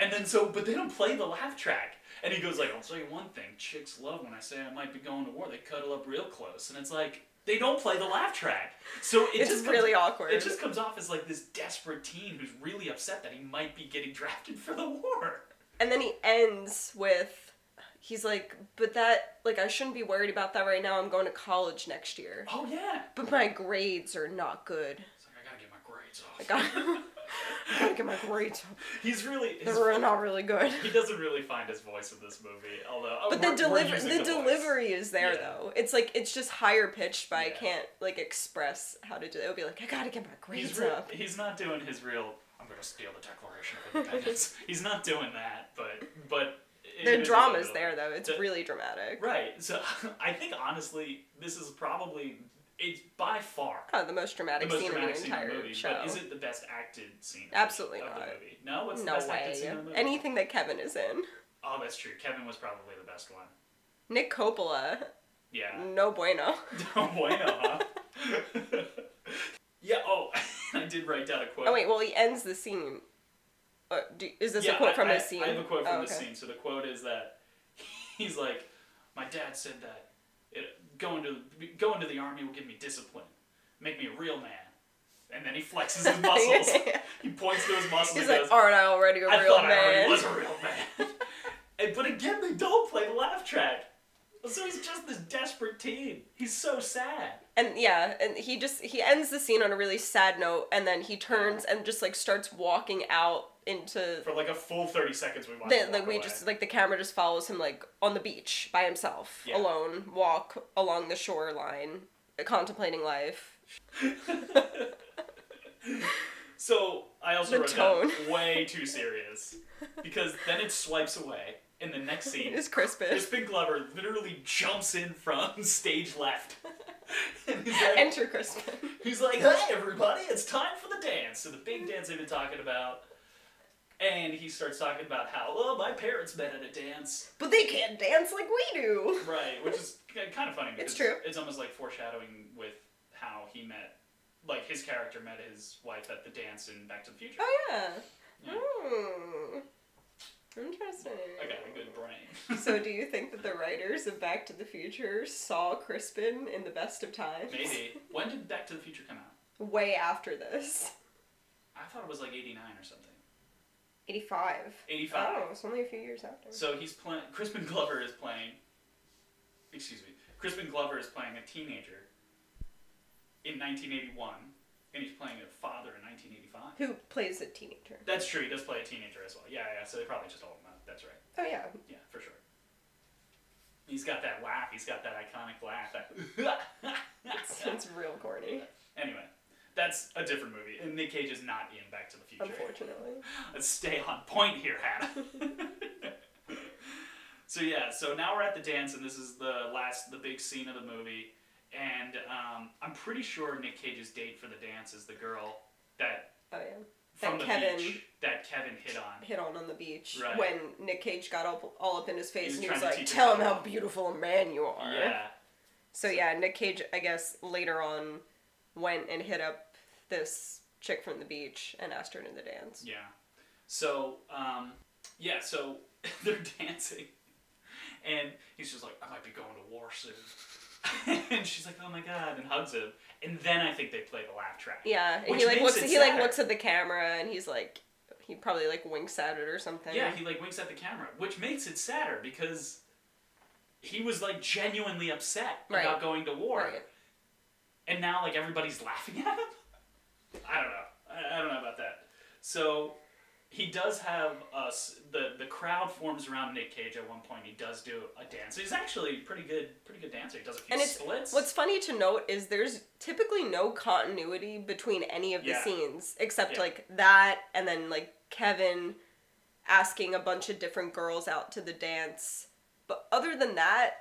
A: And then so, but they don't play the laugh track. And he goes like, I'll tell you one thing: chicks love when I say I might be going to war. They cuddle up real close, and it's like they don't play the laugh track. So it
B: It's
A: just comes,
B: really awkward.
A: It just comes off as like this desperate teen who's really upset that he might be getting drafted for the war.
B: And then he ends with, he's like, but that, like, I shouldn't be worried about that right now. I'm going to college next year.
A: Oh yeah.
B: But my grades are not good.
A: It's like I gotta get my grades off.
B: I got I get my grades up.
A: He's really. his-
B: They're not really good.
A: he doesn't really find his voice in this movie, although. oh,
B: But
A: we're-
B: the
A: we're
B: delivery,
A: using
B: the,
A: voice.
B: delivery is there
A: Yeah.
B: though. It's like it's just higher pitched, but I
A: Yeah.
B: can't like express how to do it. It would be like I gotta get my grades
A: He's, re-
B: up.
A: he's not doing his real. I'm gonna steal the Declaration of Independence. he's not doing that, but but. it is
B: The
A: a
B: drama's
A: little-
B: there though. It's
A: The-
B: really dramatic.
A: Right. So I think honestly, this is probably it's by far
B: Kind of the most
A: the
B: dramatic
A: most
B: scene in
A: dramatic
B: the
A: scene in
B: entire
A: the movie.
B: show.
A: But is it the best acted scene? of the-
B: Absolutely
A: of
B: not.
A: The movie? No, what's the
B: no
A: best acted scene
B: way.
A: in the movie?
B: Anything that Kevin is in.
A: Oh, that's true. Kevin was probably the best one.
B: Nick Coppola,
A: Yeah.
B: no bueno. Mm.
A: No bueno, huh? yeah. Oh, I did write down a quote.
B: Oh wait, well he ends the scene. Uh, do, is this
A: yeah,
B: a quote
A: I,
B: from
A: I,
B: this scene?
A: I have a quote
B: Oh,
A: from this
B: okay.
A: scene. So the quote is that he's like, "My dad said that it, going to going to the army will give me discipline, make me a real man." And then he flexes his muscles.
B: Yeah.
A: He points to his muscles
B: He's
A: and
B: like,
A: goes,
B: aren't I already a
A: Oh "I
B: real
A: thought I
B: man?
A: already was a real man." and, but again, they don't play the laugh track. So he's just this desperate teen. He's so sad.
B: and yeah, and he just he ends the scene on a really sad note, and then he turns and just like starts walking out into
A: For like a full thirty seconds, we watch.
B: the,
A: him
B: like
A: walk
B: we
A: away.
B: just like the camera just follows him like on the beach by himself,
A: Yeah.
B: alone, walk along the shoreline, contemplating life.
A: so I also
B: The
A: wrote down
B: tone.
A: way too serious because then it swipes away in the next scene.
B: Is Crispus
A: Crispin Glover literally jumps in from stage left. and he's like,
B: enter Crispin?
A: he's like, hey everybody, it's time for the dance. So the big dance they've been talking about. And he starts talking about how, oh, my parents met at a dance.
B: but they can't dance like we do.
A: Right, which is kind of funny. because
B: true.
A: It's almost like foreshadowing with how he met, like his character met his wife at the dance in Back to the Future.
B: Oh yeah.
A: Yeah.
B: Hmm. Interesting.
A: I got a good brain.
B: Oh. So, do you think that the writers of Back to the Future saw Crispin in the best of times?
A: Maybe. When did Back to the Future come out?
B: Way after this.
A: I thought it was like 89 or something.
B: 85.
A: 85.
B: Oh, it's only a few years after.
A: So he's playing. Crispin Glover is playing. Excuse me. Crispin Glover is playing a teenager in 1981, and he's playing a father in 1985.
B: Who plays a teenager?
A: That's true. He does play a teenager as well. Yeah, yeah. So they probably just all him up. That's right.
B: Oh, yeah.
A: Yeah, for sure. He's got that laugh. He's got that iconic laugh. that-
B: It's, it's real corny,
A: anyway, that's a different movie, and Nick Cage is not in Back to the Future.
B: unfortunately.
A: Let's stay on point here, Hannah. so yeah, so now we're at the dance, and this is the last, the big scene of the movie. And um, I'm pretty sure Nick Cage's date for the dance is the girl that
B: Oh, yeah.
A: from
B: That
A: the
B: Kevin-
A: beach that Kevin hit on.
B: Hit on on the beach
A: Right.
B: when Nick Cage got all, all up in his face
A: was
B: and he
A: trying
B: was
A: to
B: like,
A: teach him
B: Tell him
A: how to
B: how
A: walk."
B: beautiful a man you are.
A: Yeah,
B: So yeah, Nick Cage, I guess later on, went and hit up this chick from the beach and asked her to the dance.
A: yeah. So um, yeah, so they're dancing, and he's just like, I might be going to war soon. and she's like, Oh my god, and hugs him. And then I think they play the laugh track.
B: Yeah, and
A: Which
B: he like
A: makes
B: looks.
A: it
B: He like
A: sadder.
B: looks at the camera, and he's like, he probably like winks at it or something.
A: Yeah, he like winks at the camera, which makes it sadder because he was like genuinely upset
B: Right.
A: about going to war,
B: Right.
A: and now like everybody's laughing at him. I don't know. I, I don't know about that. So he does have us. the The crowd forms around Nick Cage at one point. He does do a dance. He's actually pretty good. Pretty good dancer. He does a few
B: And it's-
A: splits.
B: What's funny to note is there's typically no continuity between any of the
A: Yeah.
B: scenes except
A: Yeah.
B: like that and then like Kevin asking a bunch of different girls out to the dance. But other than that,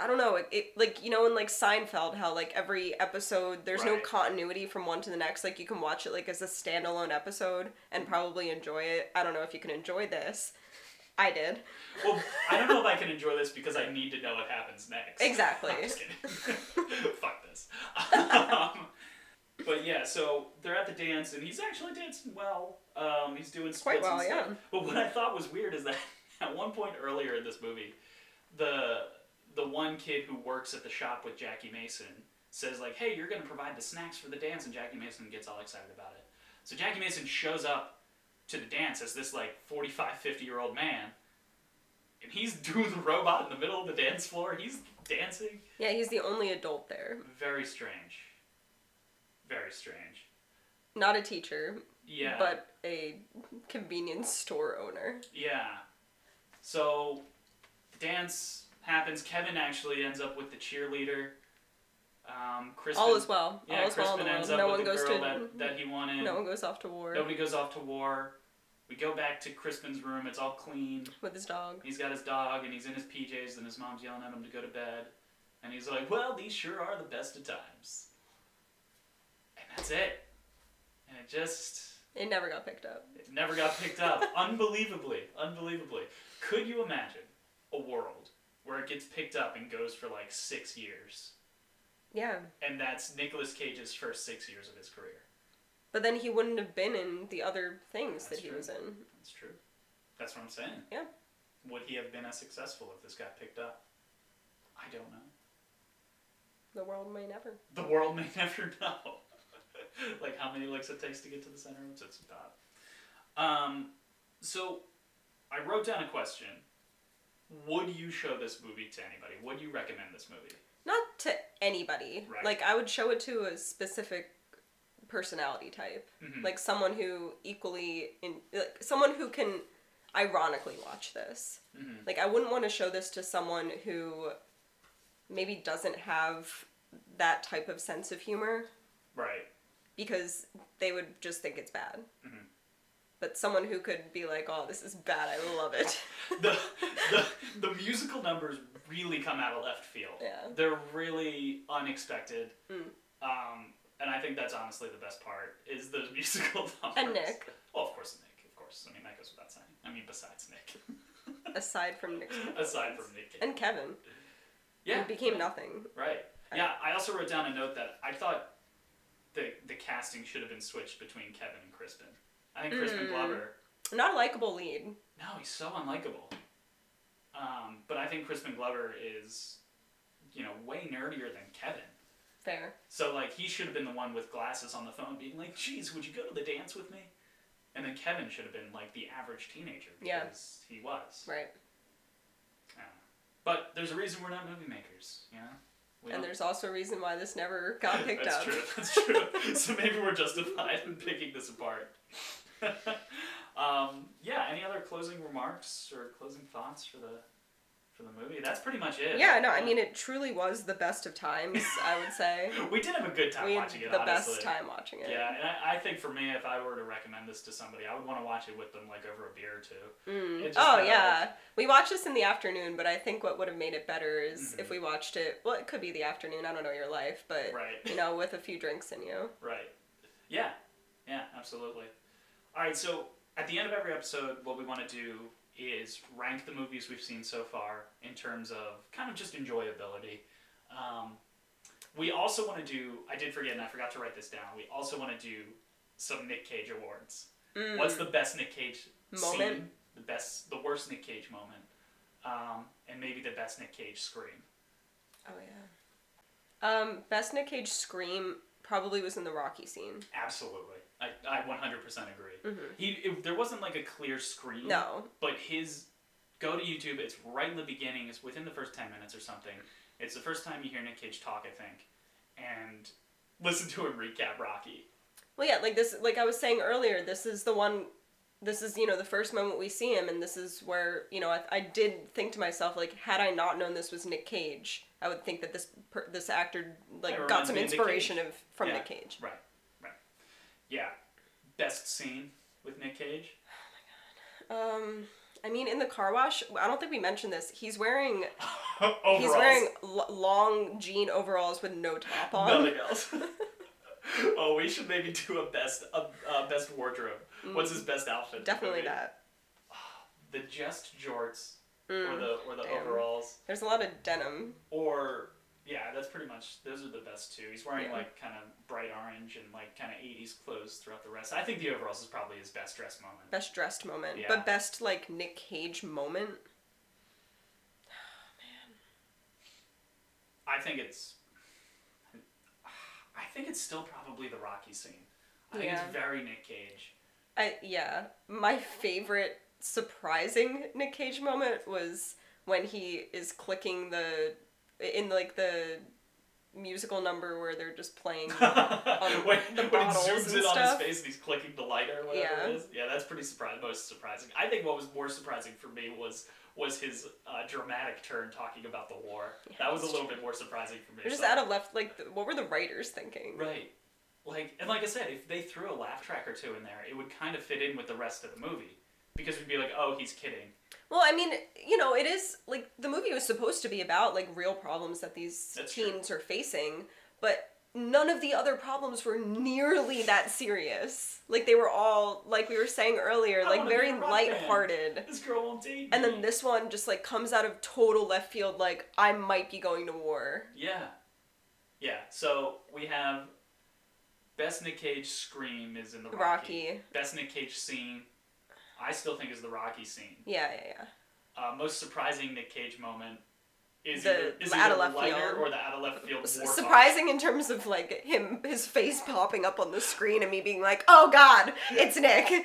B: I don't know. It, it like you know in like Seinfeld how like every episode there's no
A: Right.
B: continuity from one to the next. Like you can watch it like as a standalone episode and probably enjoy it. I don't know if you can enjoy this. I did.
A: well, I don't know if I can enjoy this because I need to know what happens next.
B: Exactly.
A: I'm just kidding. Fuck this. um, but yeah, so they're at the dance, and he's actually dancing well. Um, he's doing
B: Quite
A: splits and
B: well,
A: stuff.
B: yeah.
A: But what I thought was weird is that at one point earlier in this movie, the the one kid who works at the shop with Jackie Mason says like, "Hey, you're gonna provide the snacks for the dance," and Jackie Mason gets all excited about it. So Jackie Mason shows up to the dance as this like 45, 50 year old man, and he's doing the robot in the middle of the dance floor. He's dancing.
B: Yeah, he's the only adult there.
A: Very strange. Very strange.
B: Not a teacher,
A: Yeah.
B: but a convenience store owner.
A: Yeah. So the dance happens. Kevin actually ends up with the cheerleader. Um, Crispin,
B: all is well.
A: Yeah,
B: all is well
A: Crispin
B: in the
A: ends
B: world.
A: up
B: No
A: with
B: one
A: the
B: goes
A: girl
B: to
A: that, that he wanted.
B: no one goes off to war
A: Nobody goes off to war. We go back to Crispin's room. It's all clean.
B: with his dog.
A: He's got his dog and he's in his PJs and his mom's yelling at him to go to bed. And he's like, well, these sure are the best of times. And that's it. And it just.
B: It never got picked up.
A: It never got picked up. unbelievably, unbelievably. Could you imagine a world where it gets picked up and goes for like six years?
B: Yeah,
A: And that's Nicolas Cage's first six years of his career.
B: but then he wouldn't have been in the other things
A: That's
B: that he
A: true.
B: was in.
A: That's true. That's what I'm saying.
B: Yeah.
A: Would he have been as successful if this got picked up? I don't know.
B: The world may never.
A: The world may never know. like how many licks it takes to get to the center of its top. Um, so I wrote down a question. Would you show this movie to anybody? Would you recommend this movie?
B: Not to anybody.
A: Right.
B: Like I would show it to a specific personality type,
A: Mhm.
B: like someone who equally in like someone who can ironically watch this.
A: Mm-hmm.
B: Like I wouldn't want to show this to someone who maybe doesn't have that type of sense of humor
A: Right.
B: because they would just think it's bad.
A: Mhm.
B: But someone who could be like, "Oh, this is bad. I love it."
A: The, the the musical numbers really come out of left field.
B: Yeah.
A: They're really unexpected.
B: Mm.
A: Um, and I think that's honestly the best part is those musical numbers.
B: and Nick,
A: Well, of course, Nick. Of course. I mean, that goes without saying. I mean, besides Nick.
B: aside from Nick's
A: Aside from Nick Cage.
B: and Kevin,
A: yeah.
B: who became nothing.
A: Right. Yeah, I also wrote down a note that I thought the the casting should have been switched between Kevin and Crispin. I think Crispin
B: Mm.
A: Glover.
B: Not a likable lead.
A: No, he's so unlikable. Um, but I think Crispin Glover is, you know, way nerdier than Kevin.
B: Fair.
A: So like he should have been the one with glasses on the phone, being like, "Geez, would you go to the dance with me?" And then Kevin should have been like the average teenager
B: Yeah.
A: because he was.
B: Right.
A: I don't know. But there's a reason we're not movie makers, you know. We
B: And
A: don't-
B: there's also a reason why this never got picked
A: that's
B: up.
A: true. That's true. so maybe we're justified in picking this apart. um, yeah. Any other closing remarks or closing thoughts for the for the movie? That's pretty much it.
B: Yeah, no, I mean it truly was the best of times, I would say.
A: we did have a good time
B: we had
A: watching it.
B: the
A: honestly.
B: best time watching it.
A: Yeah, and I, I think for me, if I were to recommend this to somebody, I would want to watch it with them, like over a beer or two.
B: Mm.
A: It just
B: Oh
A: kinda,
B: yeah, we watched this in the afternoon, but I think what would have made it better is if
A: Mhm.
B: we watched it. Well, it could be the afternoon. I don't know your life, but
A: Right.
B: you know, with a few drinks in you.
A: Right. Yeah. Yeah, absolutely. All right, so at the end of every episode, what we want to do is rank the movies we've seen so far in terms of kind of just enjoyability. Um, we also want to do, I did forget and I forgot to write this down, we also want to do some Nick Cage awards.
B: Mm.
A: What's the best Nick Cage
B: Moment?
A: scene? the best, the worst Nick Cage moment, um, and maybe the best Nick Cage scream.
B: Oh yeah. Um, best Nick Cage scream probably was in the Rocky scene.
A: Absolutely, I, I 100% agree. He it, there wasn't like a clear scream.
B: Hmm. No.
A: but his go to YouTube. It's right in the beginning. It's within the first ten minutes or something. It's the first time you hear Nick Cage talk, I think, and listen to him recap Rocky.
B: Well, yeah, like this, like I was saying earlier, this is the one, this is, you know, the first moment we see him, and this is where, you know, I, I did think to myself, like, had I not known this was Nick Cage, I would think that this per, this actor,
A: Yeah,
B: like,
A: it
B: got
A: reminds
B: some
A: me of Nick
B: inspiration
A: Cage.
B: of from
A: Yeah,
B: Nick Cage.
A: Right, right. Yeah, best scene with Nick Cage.
B: Um, I mean, in the car wash, I don't think we mentioned this, he's wearing,
A: Overalls.
B: he's wearing l- long jean overalls with no top on.
A: nothing else. oh, we should maybe do a best a, a best wardrobe. What's his best outfit?
B: Mm. Definitely
A: Maybe
B: that.
A: The just jorts or
B: Mm.
A: the or the
B: damn.
A: overalls
B: There's a lot of denim.
A: or yeah, that's pretty much those are the best two. He's wearing
B: Yeah.
A: like kind of bright orange and like kind of 80s clothes throughout the rest. I think the overalls is probably his best dress moment.
B: Best dressed moment,
A: Yeah.
B: but best like Nick Cage moment.
A: I think it's I think it's still probably the Rocky scene. I think
B: Yeah.
A: it's very Nick Cage.
B: I yeah, my favorite surprising Nick Cage moment was when he is clicking the in like the musical number where they're just playing.
A: when,
B: Um, the
A: when it
B: bottles
A: zooms
B: and
A: in on his
B: stuff.
A: face and he's clicking the light or whatever
B: Yeah.
A: it is. Yeah, that's pretty surprising. Most surprising. I think what was more surprising for me was was his uh, dramatic turn talking about the war. that was a
B: that's
A: little bit more surprising for me.
B: They're just
A: So-
B: out of left. Like, th- what were the writers thinking?
A: Right. Like and like I said, if they threw a laugh track or two in there, it would kind of fit in with the rest of the movie because we'd be like, "Oh, he's kidding."
B: Well, I mean, you know, it is like the movie was supposed to be about like real problems that these
A: That's true.
B: teens are facing, but none of the other problems were nearly that serious. Like they were all like we were saying earlier,
A: I
B: like
A: wanna be
B: very
A: a rock band.
B: lighthearted.
A: This girl won't date.
B: And
A: me.
B: then this one just like comes out of total left field like I might be going to war.
A: Yeah. Yeah. So we have best Nick Cage scream is in the Rocky.
B: Rocky.
A: Best Nick Cage scene, I still think is the Rocky scene.
B: Yeah, yeah, yeah.
A: Uh, most surprising Nick Cage moment is
B: The
A: either, is
B: out
A: either
B: of left
A: the lighter
B: field.
A: or the out of left field.
B: S-
A: war
B: surprising in terms of like him his face popping up on the screen and me being like oh god it's nick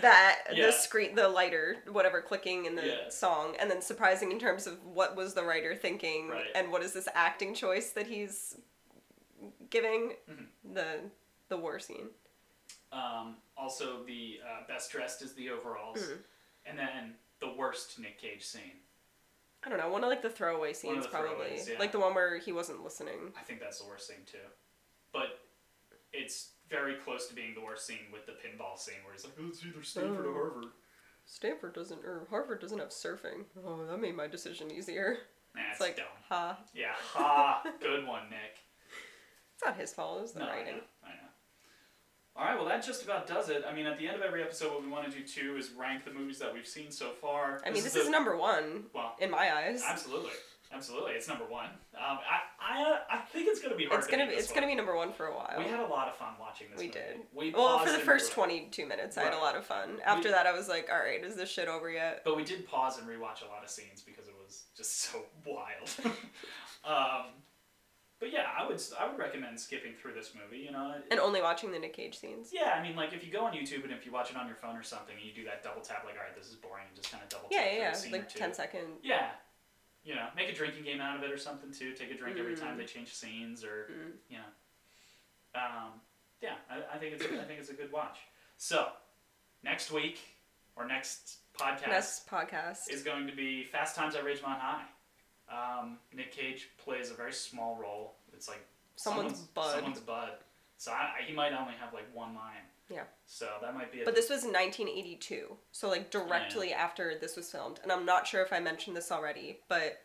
B: that
A: Yeah.
B: the screen the lighter whatever clicking in the
A: Yeah.
B: song and then surprising in terms of what was the writer thinking
A: Right.
B: and what is this acting choice that he's giving
A: Mm-hmm.
B: the the war scene
A: Um, also, the uh, best dressed is the overalls,
B: Mm. Mm-hmm.
A: and then the worst Nick Cage scene.
B: i don't know one of like the throwaway
A: One of
B: scenes
A: the
B: probably
A: throwaways, yeah.
B: like the one where he wasn't listening
A: I think that's the worst scene too, but it's very close to being the worst scene with the pinball scene where he's like, "It's either Stanford or
B: Oh.
A: Harvard."
B: stanford doesn't or harvard doesn't have surfing oh that made my decision easier
A: Nah,
B: it's
A: it's,
B: like
A: dumb.
B: ha
A: Yeah, ha, good one, Nick.
B: it's not his fault it was the
A: No, I
B: writing
A: know. I know. All right, well that just about does it. I mean, at the end of every episode, what we want to do too is rank the movies that we've seen so far.
B: I mean, this, is
A: the-
B: number one
A: well,
B: in my eyes.
A: absolutely, absolutely, it's number one. Um, I, I, uh, I think it's gonna be hard.
B: it's
A: to
B: gonna
A: beat
B: be
A: this
B: it's gonna
A: one.
B: be number one for a while.
A: We had a lot of fun watching this.
B: We
A: movie.
B: did.
A: We
B: well, for
A: paused
B: the
A: and
B: first
A: re-
B: twenty two minutes, I had a
A: Right.
B: lot of fun. After that, I was like, all right, is this shit over yet?
A: But we did pause and rewatch a lot of scenes because it was just so wild. um, but yeah, I would I would recommend skipping through this movie. You know,
B: And only watching the Nick Cage scenes.
A: Yeah, I mean, like if you go on YouTube and if you watch it on your phone or something, and you do that double tap, like, all right, this is boring, and just kind of double
B: Yeah,
A: tap
B: yeah,
A: through
B: yeah.
A: a scene or
B: like
A: two.
B: ten second.
A: Yeah, you know, make a drinking game out of it or something too. Take a drink every
B: Mm-hmm.
A: time they change scenes, or
B: Mm.
A: you know, um, yeah, I, I think it's I think it's a good watch. So next week or next podcast
B: Next podcast.
A: is going to be Fast Times at Ridgemont High. Um, Nick Cage plays a very small role. It's like
B: Someone's bud.
A: Someone's bud. So I, I- he might only have like one line.
B: Yeah.
A: So that might be. a
B: But this was 1982, so like directly after this was filmed, and I'm not sure if I mentioned this already, but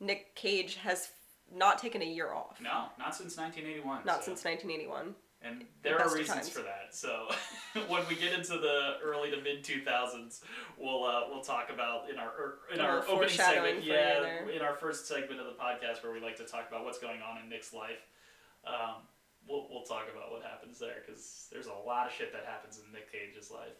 B: Nick Cage has not taken a year off,
A: No, not since 1981.
B: not
A: so-
B: since 1981.
A: And there
B: best
A: are
B: of
A: reasons
B: times.
A: for that. So when we get into the early to mid 2000s, we'll uh, we'll talk about in our er, in
B: A
A: our
B: little
A: opening segment,
B: foreshadowing for you
A: yeah,
B: there.
A: in our first segment of the podcast where we like to talk about what's going on in Nick's life. Um, we'll we'll talk about what happens there because there's a lot of shit that happens in Nick Cage's life.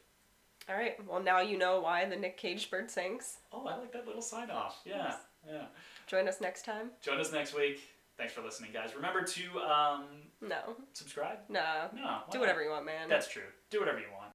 B: All right. Well, now you know why the Nick Cage bird sings.
A: Oh, I like that little sign off. Yeah,
B: Nice.
A: yeah.
B: Join us next time.
A: Join us next week. Thanks for listening, guys. Remember to um,
B: No.
A: subscribe.
B: Nah.
A: No, why
B: Do
A: not?
B: whatever you want, man.
A: That's true. Do whatever you want.